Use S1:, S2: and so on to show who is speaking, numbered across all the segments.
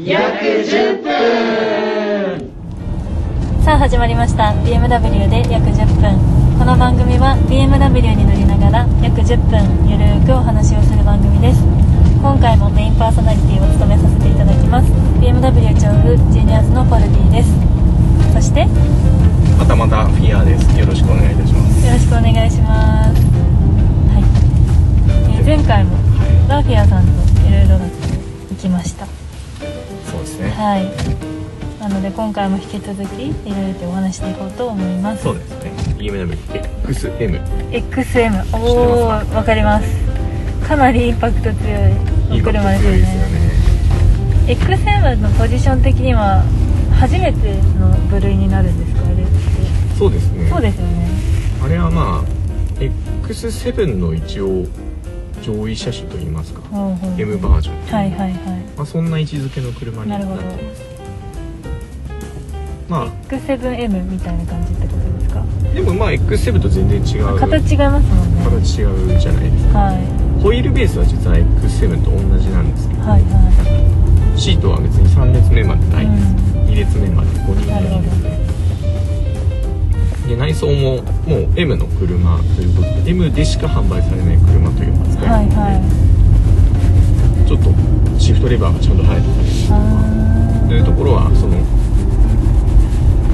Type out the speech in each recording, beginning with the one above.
S1: 約10分
S2: さあ始まりました BMW で約10分この番組は BMW に乗りながら約10分ゆるーくお話をする番組です今回もメインパーソナリティを務めさせていただきます BMW 調布ジェニアスのポルディですそしてよ
S3: またまたフィアですよろしくお願いいたします
S2: ろしくお願いしますはい、えー前回もラフィアさんといろいろ行きました
S3: そうですね、
S2: はいなので今回も引き続きいろいろとお話していこうと思います
S3: そうですね BMW XM
S2: XM おおわかりますかなりインパクト強いお車ですよ
S3: いい
S2: ね XM のポジション的には初めての部類になるんですかあれって
S3: そうですね
S2: そうですよね
S3: あれはまあ X7 の一応上位車種といいますか、
S2: ほうほう
S3: M バージョンという
S2: はいはいはい
S3: まあ、そんな位置づけの車になってますま
S2: X7M みたいな感じってことですか
S3: あでもまあ X7 と全然違う
S2: 形違いますもんね
S3: 形違うじゃないですか
S2: は
S3: ホイールベースは実は X7 と同じなんですけ
S2: いはいは
S3: どシートは別に3列目までないです、
S2: う
S3: 2列目まで5人乗りですねで内装ももう M の車ということで M でしか販売されない車という扱い
S2: いはい
S3: なので、
S2: はい
S3: ちょっとシフトレバーがちゃんと入ってたり
S2: あ
S3: というところはその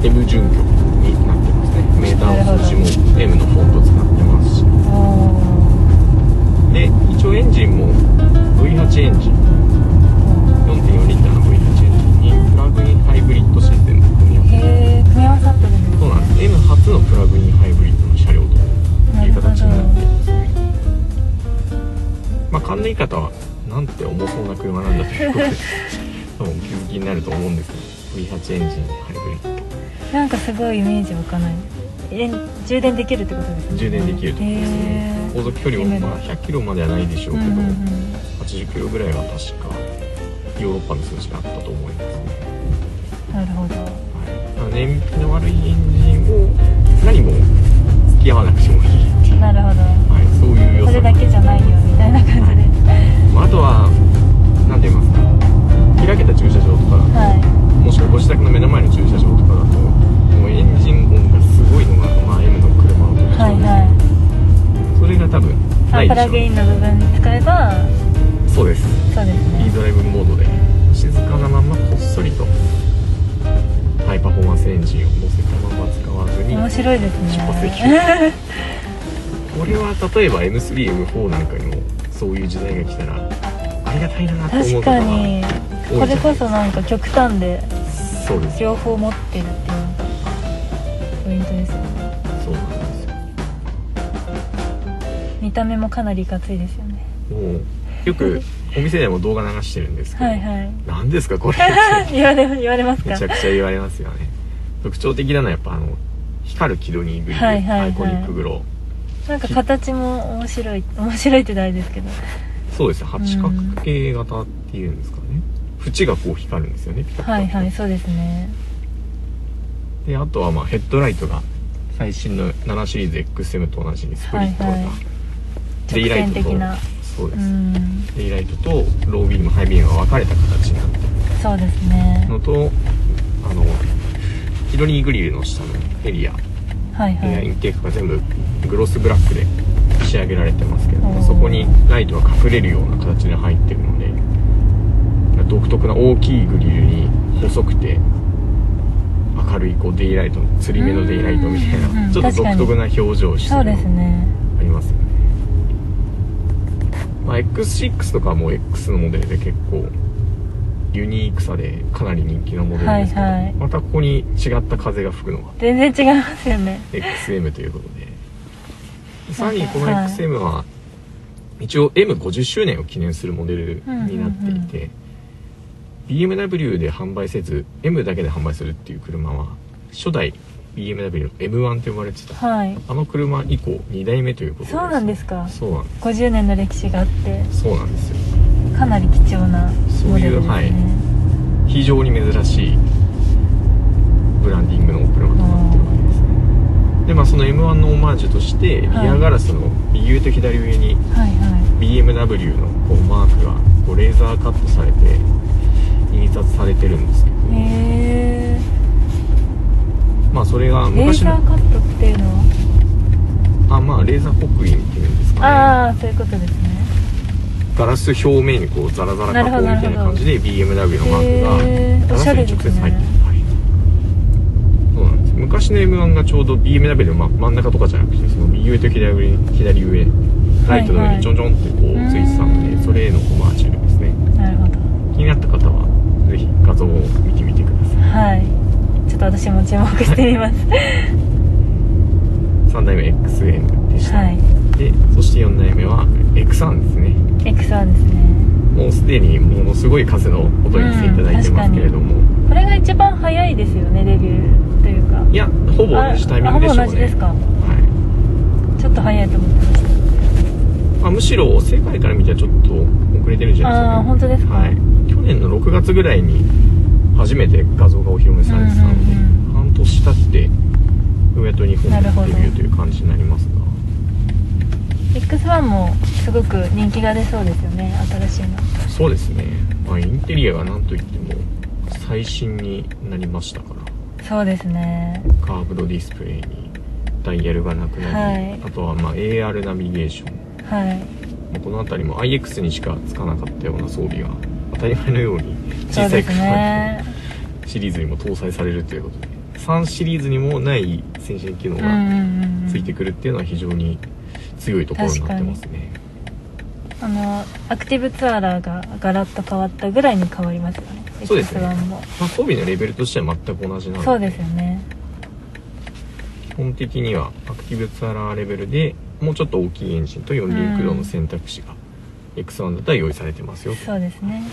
S3: M 準拠になってますねメーターの数字も M のフォント使ってますし
S2: ーお
S3: で一応エンジンも V8 エンジン4.4リッターの V8 エンジンにプラグインハイブリッドシステムを組み
S2: ー
S3: 合わせて
S2: へえ組み合わさってるんです
S3: そうなんです M 初のプラグインハイブリッドの車両と
S2: な
S3: い
S2: る
S3: う
S2: ほ
S3: 形に
S2: ど
S3: なっていますねまあ勘のいい方はなんて重そうな車なんだということで多分お気づきになると思うんですけど V8 エンジンにハイブリッ
S2: なんかすごいイメージ湧かないえ充電できるってことです
S3: ド
S2: ね
S3: 充電できると思うんですね
S2: へー
S3: 航続距離もまあ100キロまではないでしょうけど、
S2: うんうんうん
S3: 80キロぐらいは確かヨーロッパの数字があったと思いますね
S2: なるほど
S3: はい、燃費の悪いエンジンを何も付き合わなくてもいいっていう、
S2: なるほ
S3: はい、そういう
S2: ど
S3: 良
S2: それ
S3: さ
S2: だけじゃないよみたいな感じで
S3: まあ、あとは何て言いますか開けた駐車場とか
S2: は
S3: もしくはご自宅の目の前の駐車場とかだともうエンジン音がすごいのが、まあ、M の車の特徴
S2: い
S3: で、
S2: はいは
S3: それが多分ないい
S2: プ
S3: で
S2: ラ
S3: しょう
S2: グインの部分に使えば
S3: そうです
S2: そうですね
S3: e ドライブモードで静かなままこっそりとハイパフォーマンスエンジンを乗せたまま使わずに
S2: 面白いです
S3: 出発でき
S2: ね
S3: る これは例えば M3M4 なんかにもそういう時代が来たらありがたいなと思う
S2: 確
S3: こと
S2: か
S3: が
S2: にこれこそなんか極端で
S3: そうです
S2: 両方持ってるっていうのがポイントですよね
S3: そうなんですよ
S2: 見た目もかなりいかついですよね
S3: もうよくお店でも動画流してるんですけど
S2: はいはい
S3: 何です かこれ
S2: 言われ言われますか
S3: めちゃくちゃ言われますよね特徴的なのはやっぱあの光る軌道にグリル、
S2: はいはいはい
S3: アイコニックグロー
S2: なんか形も面白い面白いって大ですけど
S3: そうですね八角形型っていうんですかね、縁がこう光るんですよねピカピカ
S2: はいはいそうですね
S3: であとはまあヘッドライトが最新の7シリーズ XM と同じにスプリット型、
S2: はいはい
S3: デイライト
S2: 直線的
S3: と
S2: な
S3: そうで
S2: う
S3: す、
S2: ん
S3: デイライトとロービームハイビームが分かれた形になって
S2: そうですね
S3: るのとあのヒドニーグリルの下のエリア、
S2: はいは
S3: エアイ
S2: い
S3: ンテークが全部グロスブラックで仕上げられてますけど
S2: おー
S3: もそこにライトが隠れるような形で入ってるので独特な大きいグリルに細くて明るいこうデイライト釣り目のデイライトみたい
S2: うんうん
S3: なちょっと独特な表情をして
S2: そう
S3: る
S2: で
S3: の
S2: すね
S3: ありますよね、まあ、X6 とかはもう X のモデルで結構ユニークさでかなり人気のモデルですけど、
S2: はいはい
S3: またここに違った風が吹くのが
S2: 全然違いますよね
S3: XM ということでさらにこの
S2: はい
S3: XM は一応 M50 周年を記念するモデルになっていて BMW で販売せず M だけで販売するっていう車は初代 BMW の M1 と呼ばれてた
S2: はい
S3: あの車以降2代目ということです
S2: そうなんですか
S3: そうなんです
S2: 50年の歴史があって
S3: そうなんですよ
S2: かなり貴重なモデルですね
S3: そういうはい非常に珍しいブランディングの車となってるわけですねでまあその M1 のオマージュとしてリ
S2: はい
S3: アガラスの右上と左上に
S2: はいはい
S3: BMW のこうマークがこうレーザーカットされて印刷されてるんですけど、
S2: へえ
S3: まあそれが
S2: レー
S3: 昔
S2: ザー
S3: の
S2: カットっていうのは
S3: あまあレーザー刻印っていうんですかね
S2: ああそういうことですね
S3: ガラス表面にこうザラザラ加工みたいな感じで BMW のマ
S2: へ
S3: ー
S2: ー
S3: クが
S2: おし
S3: ガ
S2: ゃ
S3: ラ
S2: れ
S3: ス
S2: ですね
S3: に直接入ってる、はい、そうなんです昔の M1 がちょうど BMW の、ま、真ん中とかじゃなくてその右上と左上左上ライトの上にちょんちょんってこうついてたので、
S2: うん
S3: それへのオマージュですね
S2: なるほど
S3: 気になった方はぜひ画像を見てみてくださ
S2: は
S3: い
S2: いちょっと私も注目してみ ます
S3: 3代目 XM でした、
S2: はい
S3: でそして4代目は X1 ですね
S2: X1 ですね
S3: もうすでにものすごい数の音にしていただいてますけれども、
S2: これが一番早いですよねデビューというか
S3: いやほぼ同じタイミングでしょ
S2: あほぼ同
S3: うね
S2: じですか
S3: は
S2: ちょっと早いと思ってまし
S3: いまあ、むしろ世界から見たらちょっと遅れてるんじゃ
S2: たああー
S3: ない
S2: 本当です
S3: です
S2: か、
S3: かね、はい、去年の6月ぐらいに初めて画像がお披露目されてたので、
S2: うんうん
S3: 半年経ってようやっと日本で
S2: なるほど
S3: デビューという感じになりますが
S2: X1 もすごく人気が出そうですよね新しいの
S3: そうですね、まあ、インテリアが何といっても最新になりましたから
S2: そうですね
S3: カーブドディスプレイにダイヤルがなくなり、
S2: はい
S3: あとはまあ AR ナビゲーション、
S2: はい
S3: まあこの辺りも IX にしかつかなかったような装備が当たり前のように
S2: そ
S3: 小
S2: う
S3: さ
S2: で
S3: い
S2: す
S3: 車の
S2: ね
S3: シリーズにも搭載されるということで3シリーズにもない先進機能
S2: うんうん
S3: が
S2: うんうん
S3: ついてくるっていうのは非常に強いところになってますね
S2: あのアクティブツアーラーがガラッと変わったぐらいに変わりますよね
S3: そうですね
S2: X1 も
S3: まあ、装備のレベルとしては全く同じなので
S2: そうですよね
S3: 基本的にはアクティブツアラーレベルでもうちょっと大きいエンジンと4輪駆動の選択肢が X1 だったら用意されてますよ
S2: そうですね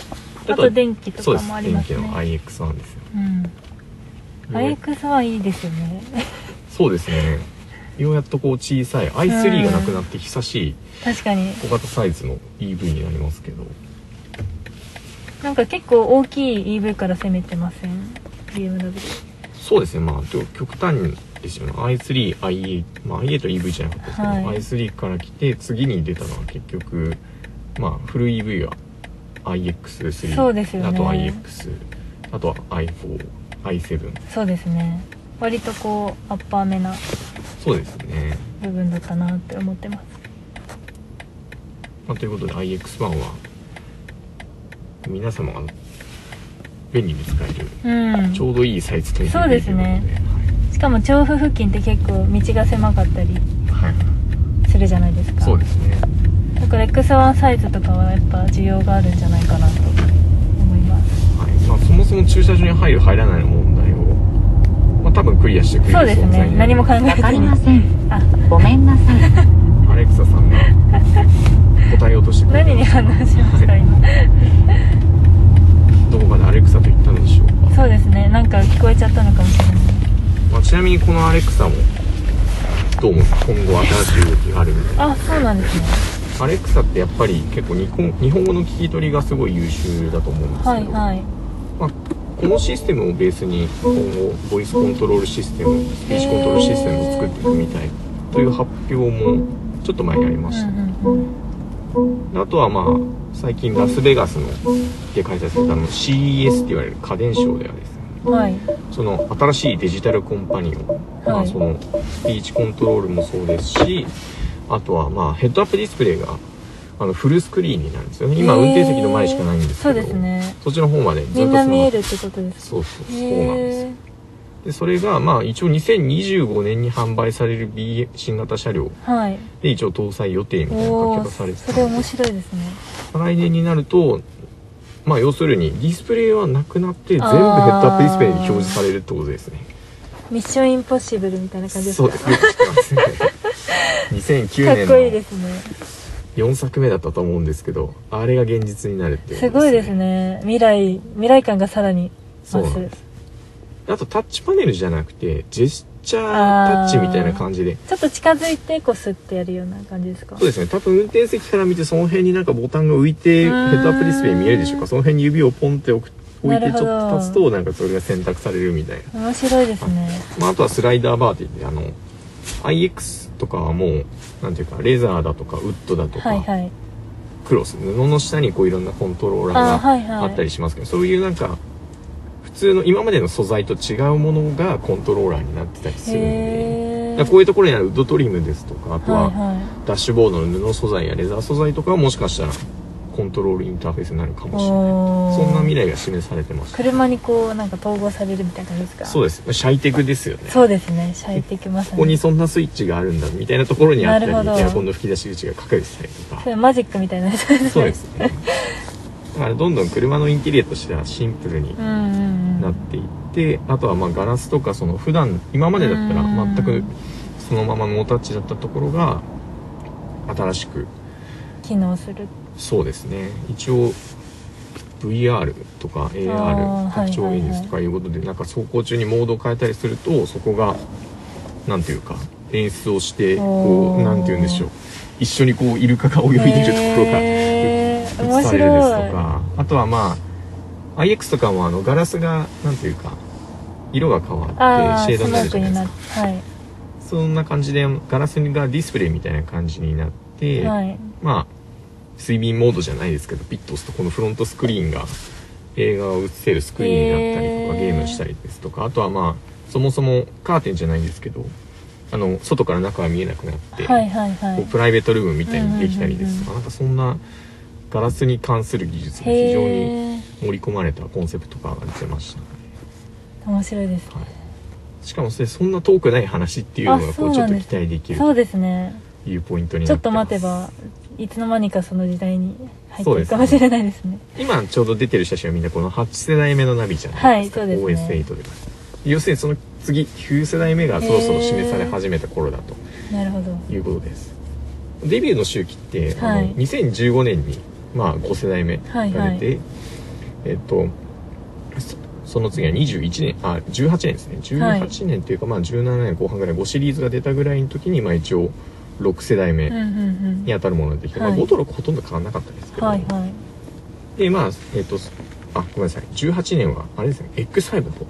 S3: あ
S2: あ
S3: と
S2: と電気と
S3: そうで
S2: か
S3: す
S2: もあり
S3: 電
S2: ま
S3: 気
S2: す
S3: の
S2: ね
S3: IX1 ですよ
S2: うん
S3: ようや
S2: IX はいいですよね
S3: そうですねようやっとこう小さい i3 がなくなって久しい
S2: 確かに
S3: 小型サイズの EV になりますけど
S2: なんか結構大きい EV から攻めてません BMW
S3: そうですねまあでも極端ですよね i3i8 まあ i8 は EV じゃなかったですけど、
S2: はい
S3: i3 から来て次に出たのは結局まあフル EV は iX3
S2: そうですよね
S3: あと iX あとは i4i7
S2: そうですね割とこうアッパーめな
S3: そうですね、
S2: 部分だったなって思ってます
S3: まあ、ということで iX1 は皆様が便利に使える
S2: うん
S3: ちょうどいいサイズという
S2: そうですねしかも調布付近って結構道が狭かったり
S3: はい、はい、
S2: するじゃないですか
S3: そうですね
S2: だから X1 サイズとかはやっぱ需要があるんじゃないかなと思います
S3: はいまあ、そもそも駐車場に入る入らないの問題を、まあ、多分クリアしてくれる
S2: そうです
S3: 存在
S2: ね
S3: にな
S2: 何
S3: り
S2: も
S3: ま
S2: 考えてな
S3: す
S1: わ
S2: い
S1: かりません
S2: あ
S1: ごめんなさい
S3: アレクサさんが答えようとしてくれた
S2: 何に反応しました今
S3: どこかでアレクサと言ったのでしょうか、
S2: そうですねなんか聞こえちゃったのかもしれない
S3: まあ、ちなみにこのアレクサもどうも今後新しい動きがあるみたい
S2: あそうなんですね
S3: アレクサってやっぱり結構日本日本語の聞き取りがすごい優秀だと思うんですけど、
S2: はいはい
S3: まあ、このシステムをベースに今後ボイスコントロールシステムスピーチコントロールシステムを作っていくみたいという発表もちょっと前にありま
S2: う
S3: した、
S2: んうんうん
S3: あとはまあ最近ラスベガスので開催されたあの CES って言われる家電ショーではですね
S2: はい
S3: その新しいデジタルコンパニオン、ま
S2: は
S3: あ、
S2: い
S3: そのスピーチコントロールもそうですしあとはまあヘッドアップディスプレイがあのフルスクリーンになるんですよね今
S2: へー
S3: 運転席の前しかないんですけ
S2: そう
S3: ど
S2: ですね
S3: そっちの方までずっと
S2: みんな
S3: その
S2: 見えるってことです
S3: そうそうそうなんです
S2: へ
S3: よ
S2: え
S3: でそれがまあ一応2025年に販売される B 新型車両
S2: はい
S3: で一応搭載予定みたいな書
S2: お
S3: き
S2: お
S3: 方されて
S2: そ
S3: た
S2: れ
S3: ので
S2: 面白いですね
S3: 来年になるとまあ要するにディスプレイはなくなって全部ヘ
S2: あー
S3: ッドアップディスプレイに表示されるってことですね
S2: ミッションインポッシブルみたいな感じです
S3: そう
S2: か
S3: ですね2009
S2: かっこいい
S3: 年
S2: ですね
S3: の4作目だったと思うんですけどあれが現実になるっていう
S2: すごいですね未来未来感がさらに
S3: そう
S2: 増
S3: なん
S2: す
S3: ですあとタッチパネルじゃなくてジェスチャータッチみたいな感じで
S2: ちょっと近づいてこうスってやるような感じですか
S3: そうですね多分運転席から見てその辺になんかボタンが浮いてヘ
S2: うーん
S3: ッドアップディスプレイ見えるでしょうかその辺に指をポンって置く置い
S2: な
S3: て
S2: る
S3: ち
S2: ほ
S3: ょっ
S2: ど
S3: と立つとなんかそれが選択されるみたいな
S2: 面白いですね
S3: まあ、あとはスライダーバーって言ってあの IX とかはもうなんていうかレザーだとかウッドだとか、
S2: はいはい
S3: クロス布の下にこういろんなコントローラ
S2: あ
S3: ー
S2: はいはい
S3: があったりしますけど、そういうなんか普通の今までの素材と違うものがコントローラーになってたりするん
S2: へ
S3: でだ
S2: え
S3: からこういうところにあるウッドトリムですとかあとは、
S2: はいはい
S3: ダッシュボードの布素材やレザー素材とかはもしかしたらコントロールインターフェースになるかもしれない
S2: おー
S3: そんな未来が示されてます
S2: 車にこうなんか統合されるみたいな感じですか
S3: そうですシャイテクですよね
S2: そうですねシャイテクまさ
S3: こ
S2: に
S3: こにそんなスイッチがあるんだみたいなところにあったりエ
S2: なるほど
S3: アコンの吹き出し口が隠れてたりとか
S2: それマジックみたいなやつですね
S3: そうですねだからどんどん車のインテリアとしてはシンプルに
S2: うんうんう
S3: なっ
S2: ん
S3: ていってあとはまあガラスとかその普段今までだったら
S2: うん
S3: 全くそのままノータッチだったところが新しく
S2: 機能する
S3: そうですね一応 VR とか
S2: あー
S3: AR 拡張
S2: はいはいはい
S3: 現実とかいうことでなんか走行中にモードを変えたりするとそこがなんていうか演出をしてこ
S2: おー
S3: うなんて言うんでしょう一緒にこうイルカが泳いでいるところが
S2: へー
S3: 映されるですとかあとはまあ IX とかもあのガラスがなんていうか色が変わ
S2: ああ
S3: ってシェードになるじゃないですか
S2: スモークになっ
S3: そんな感じでガラスがディスプレイみたいな感じになって、
S2: はい、はい、
S3: まあ睡眠モードじゃないですけどピッと押すとこのフロントスクリーンが映画を映せるスクリーンになったりとか、
S2: へー
S3: ゲームしたりですとかあとはまあそもそもカーテンじゃないんですけどあの外から中は見えなくなって、
S2: はいはいは
S3: こう
S2: い
S3: プライベートルームみたいにできたりですとか、
S2: う
S3: なんかそんなガラスに関する技術が非常に
S2: へえ
S3: 盛り込まれたコンセプトが出てましたね、
S2: 面白いです
S3: はい、しかもそれそんな遠くない話っていうの
S2: あ
S3: が
S2: そ
S3: こ
S2: う
S3: うち
S2: な
S3: ょっ
S2: ん
S3: と
S2: で
S3: 期
S2: す
S3: 待できる
S2: そうですね
S3: というポイントに
S2: ち
S3: な
S2: ょ
S3: っ
S2: ってと
S3: ま
S2: 待
S3: す
S2: てばいつの間にかその時代に入って
S3: そう
S2: る
S3: です
S2: か
S3: ね
S2: もしれないですね
S3: 今ちょうど出てる写真はみんなこの8世代目のナビじゃないですか、
S2: はいそうですね
S3: OS8 で要するにその次9世代目がそろそろ示され始めた頃だと
S2: なるほど
S3: いうことですデビューの周期って、
S2: は
S3: あ
S2: い
S3: の2015年に、まあ、5世代目が出て、
S2: はいはい
S3: えっとそその次は21年あ18年ですね
S2: はい
S3: 18年というか、まあ17年後半ぐらい5シリーズが出たぐらいの時に、まあ、一応6世代
S2: うん
S3: 目
S2: うん
S3: にあたるものが出てきて、
S2: はい
S3: まあ、5と6ほとんど変わらなかったですけ
S2: うん
S3: ど、
S2: はいはい
S3: でまあえっ、とあごめんなさい18年はあれですね X5 の方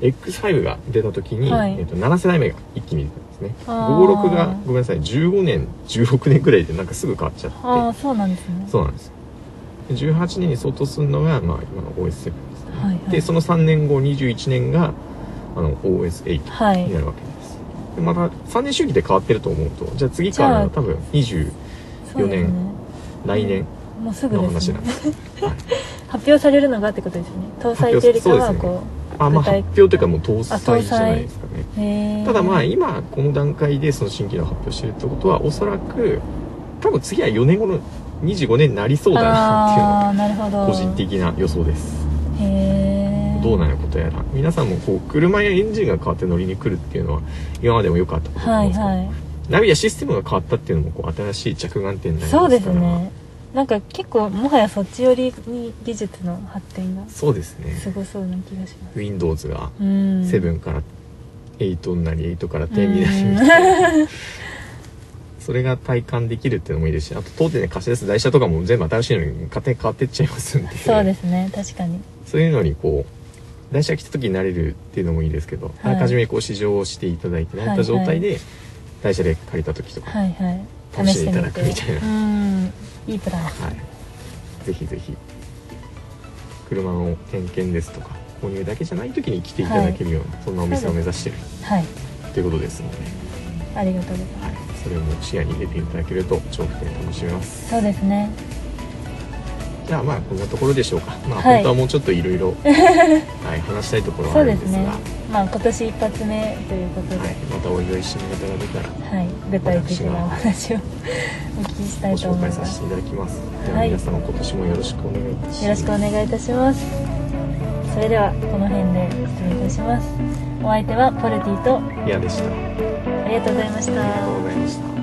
S3: X5 が出た時に、
S2: はい
S3: えっと7世代目が一気に出たんですね
S2: あー
S3: 56がごめんなさい15年16年くらいでなんかすぐ変わっちゃ
S2: あ
S3: っ
S2: あそうなんですね
S3: てそうなんですで18年に相当するのが、まあ、今の OS7 ですね、
S2: はいはい
S3: でその3年後21年があの OS8
S2: はい
S3: になるわけです、でまた3年周期で変わってると思うとじゃあ次からは多分20
S2: そうですね
S3: 四年来年
S2: もうすぐ
S3: の
S2: です
S3: 話
S2: ね
S3: なんです、はい
S2: 発表されるのがってことですよね搭載というよりかは
S3: 発表
S2: こ
S3: あまあ
S2: 具体
S3: 発表というかもう搭載じゃないですかね
S2: うへえ
S3: ただまあ今この段階でその新機能を発表してるってことはおそらく多分次は4年後の25年になりそうだな
S2: ああなるほど
S3: っていうのが個人的な予想です
S2: へえ
S3: どうなることやら皆さんもこう車やエンジンが変わって乗りに来るっていうのは今までもよくあったことだと思
S2: は
S3: うん
S2: い
S3: ですけど、
S2: はい
S3: ナビやシステムが変わったっていうのもこう新しい着眼点になりますか
S2: そ
S3: ら
S2: うですねなんか結構もはやそっち寄りに技術の発展が
S3: そうですね
S2: すごそうな気がします
S3: Windows が
S2: うん
S3: 7から8になり8から10になりみたいなそれが体感できるっていうのもいいですしあと当店で貸し出す台車とかも全部新しいのに勝手に変わってっちゃいますんで
S2: そうですね確かに
S3: そういうのにこう台車来た時に慣れるっていうのもいいですけど、
S2: はい
S3: あらかじめこう試乗をしていただいて慣れた状態で台車で借りた時とか、は
S2: はいはい
S3: 試していただくみたいな
S2: うんいいプランです
S3: いぜひぜひ車の点検ですとか購入だけじゃない時に来ていただけるような、そんなお店を目指してる
S2: はい
S3: ということですので。
S2: ありがとうございま
S3: はい、それも視野に入れていただけると長期的に楽しめます
S2: すそうですね
S3: じゃあまあこんなところでしょうかまあ、
S2: はい
S3: 本当はもうちょっといろい ろはい話したいところは
S2: そ
S3: あ
S2: う
S3: る
S2: で
S3: んですすが
S2: ねまあ今年一発目ということで
S3: はい、またお祝い締め方が出たら
S2: はい具体的なお話をお聞きした
S3: ご
S2: いと
S3: 紹
S2: 思い
S3: 介
S2: ま
S3: させ
S2: す
S3: ていただきますで
S2: は
S3: はい皆様今年もよろしくお願いいたし
S2: よ
S3: ま
S2: ろ
S3: す
S2: しくお願いいたしますそれではこの辺で失礼いたしますお相手はポルティと
S3: いやでしたあり
S2: ありがとうございました
S3: がとうございました